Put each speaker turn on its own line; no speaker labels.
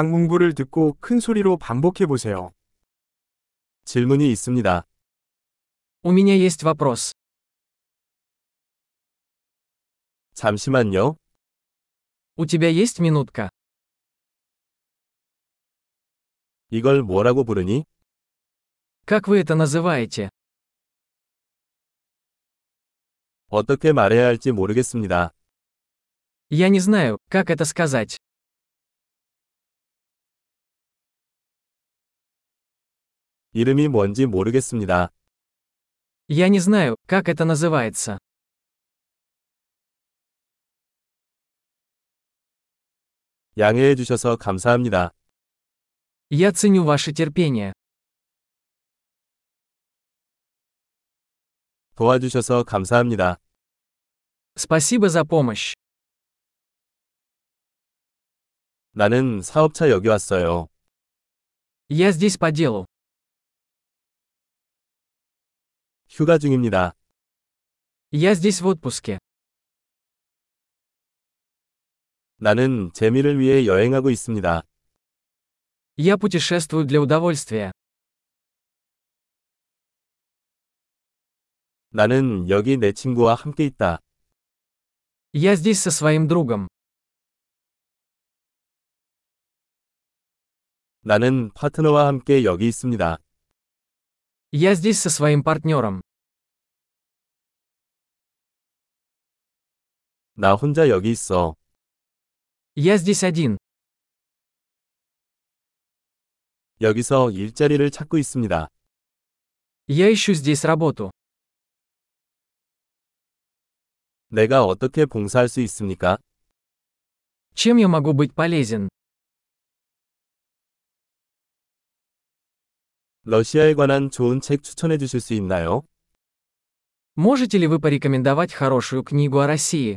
강문부를 듣고 큰 소리로 반복해 보세요.
질문이 있습니다.
У меня есть вопрос.
잠시만요.
У тебя есть минутка?
이걸 뭐라고 부르니?
Как вы это называете?
어떻게 말해야 할지 모르겠습니다.
Я не знаю, как это сказать.
이름이 뭔지 모르겠습니다.
Я не знаю, как это называется.
양해해 주셔서 감사합니다.
Я ценю ваше терпение.
도와주셔서 감사합니다.
Спасибо за помощь.
나는 사업차 여기 왔어요.
Я здесь по делу.
휴가 중입니다.
Я здесь в отпуске.
나는 재미를 위해 여행하고 있습니다.
Я путешествую для удовольствия.
나는 여기 내 친구와 함께 있다.
Я здесь со своим другом.
나는 파트너와 함께 여기 있습니다.
Я здесь со своим партнером.
나 혼자 여기 있어.
Я здесь один.
여기서 일자리를 찾고 있습니다.
Я ищу здесь работу.
내가 어떻게 봉사할 수 있습니까?
Чем я могу быть полезен?
러시아에 관한 좋은 책 추천해 주실 수 있나요?
Можете ли вы порекомендовать хорошую книгу о России?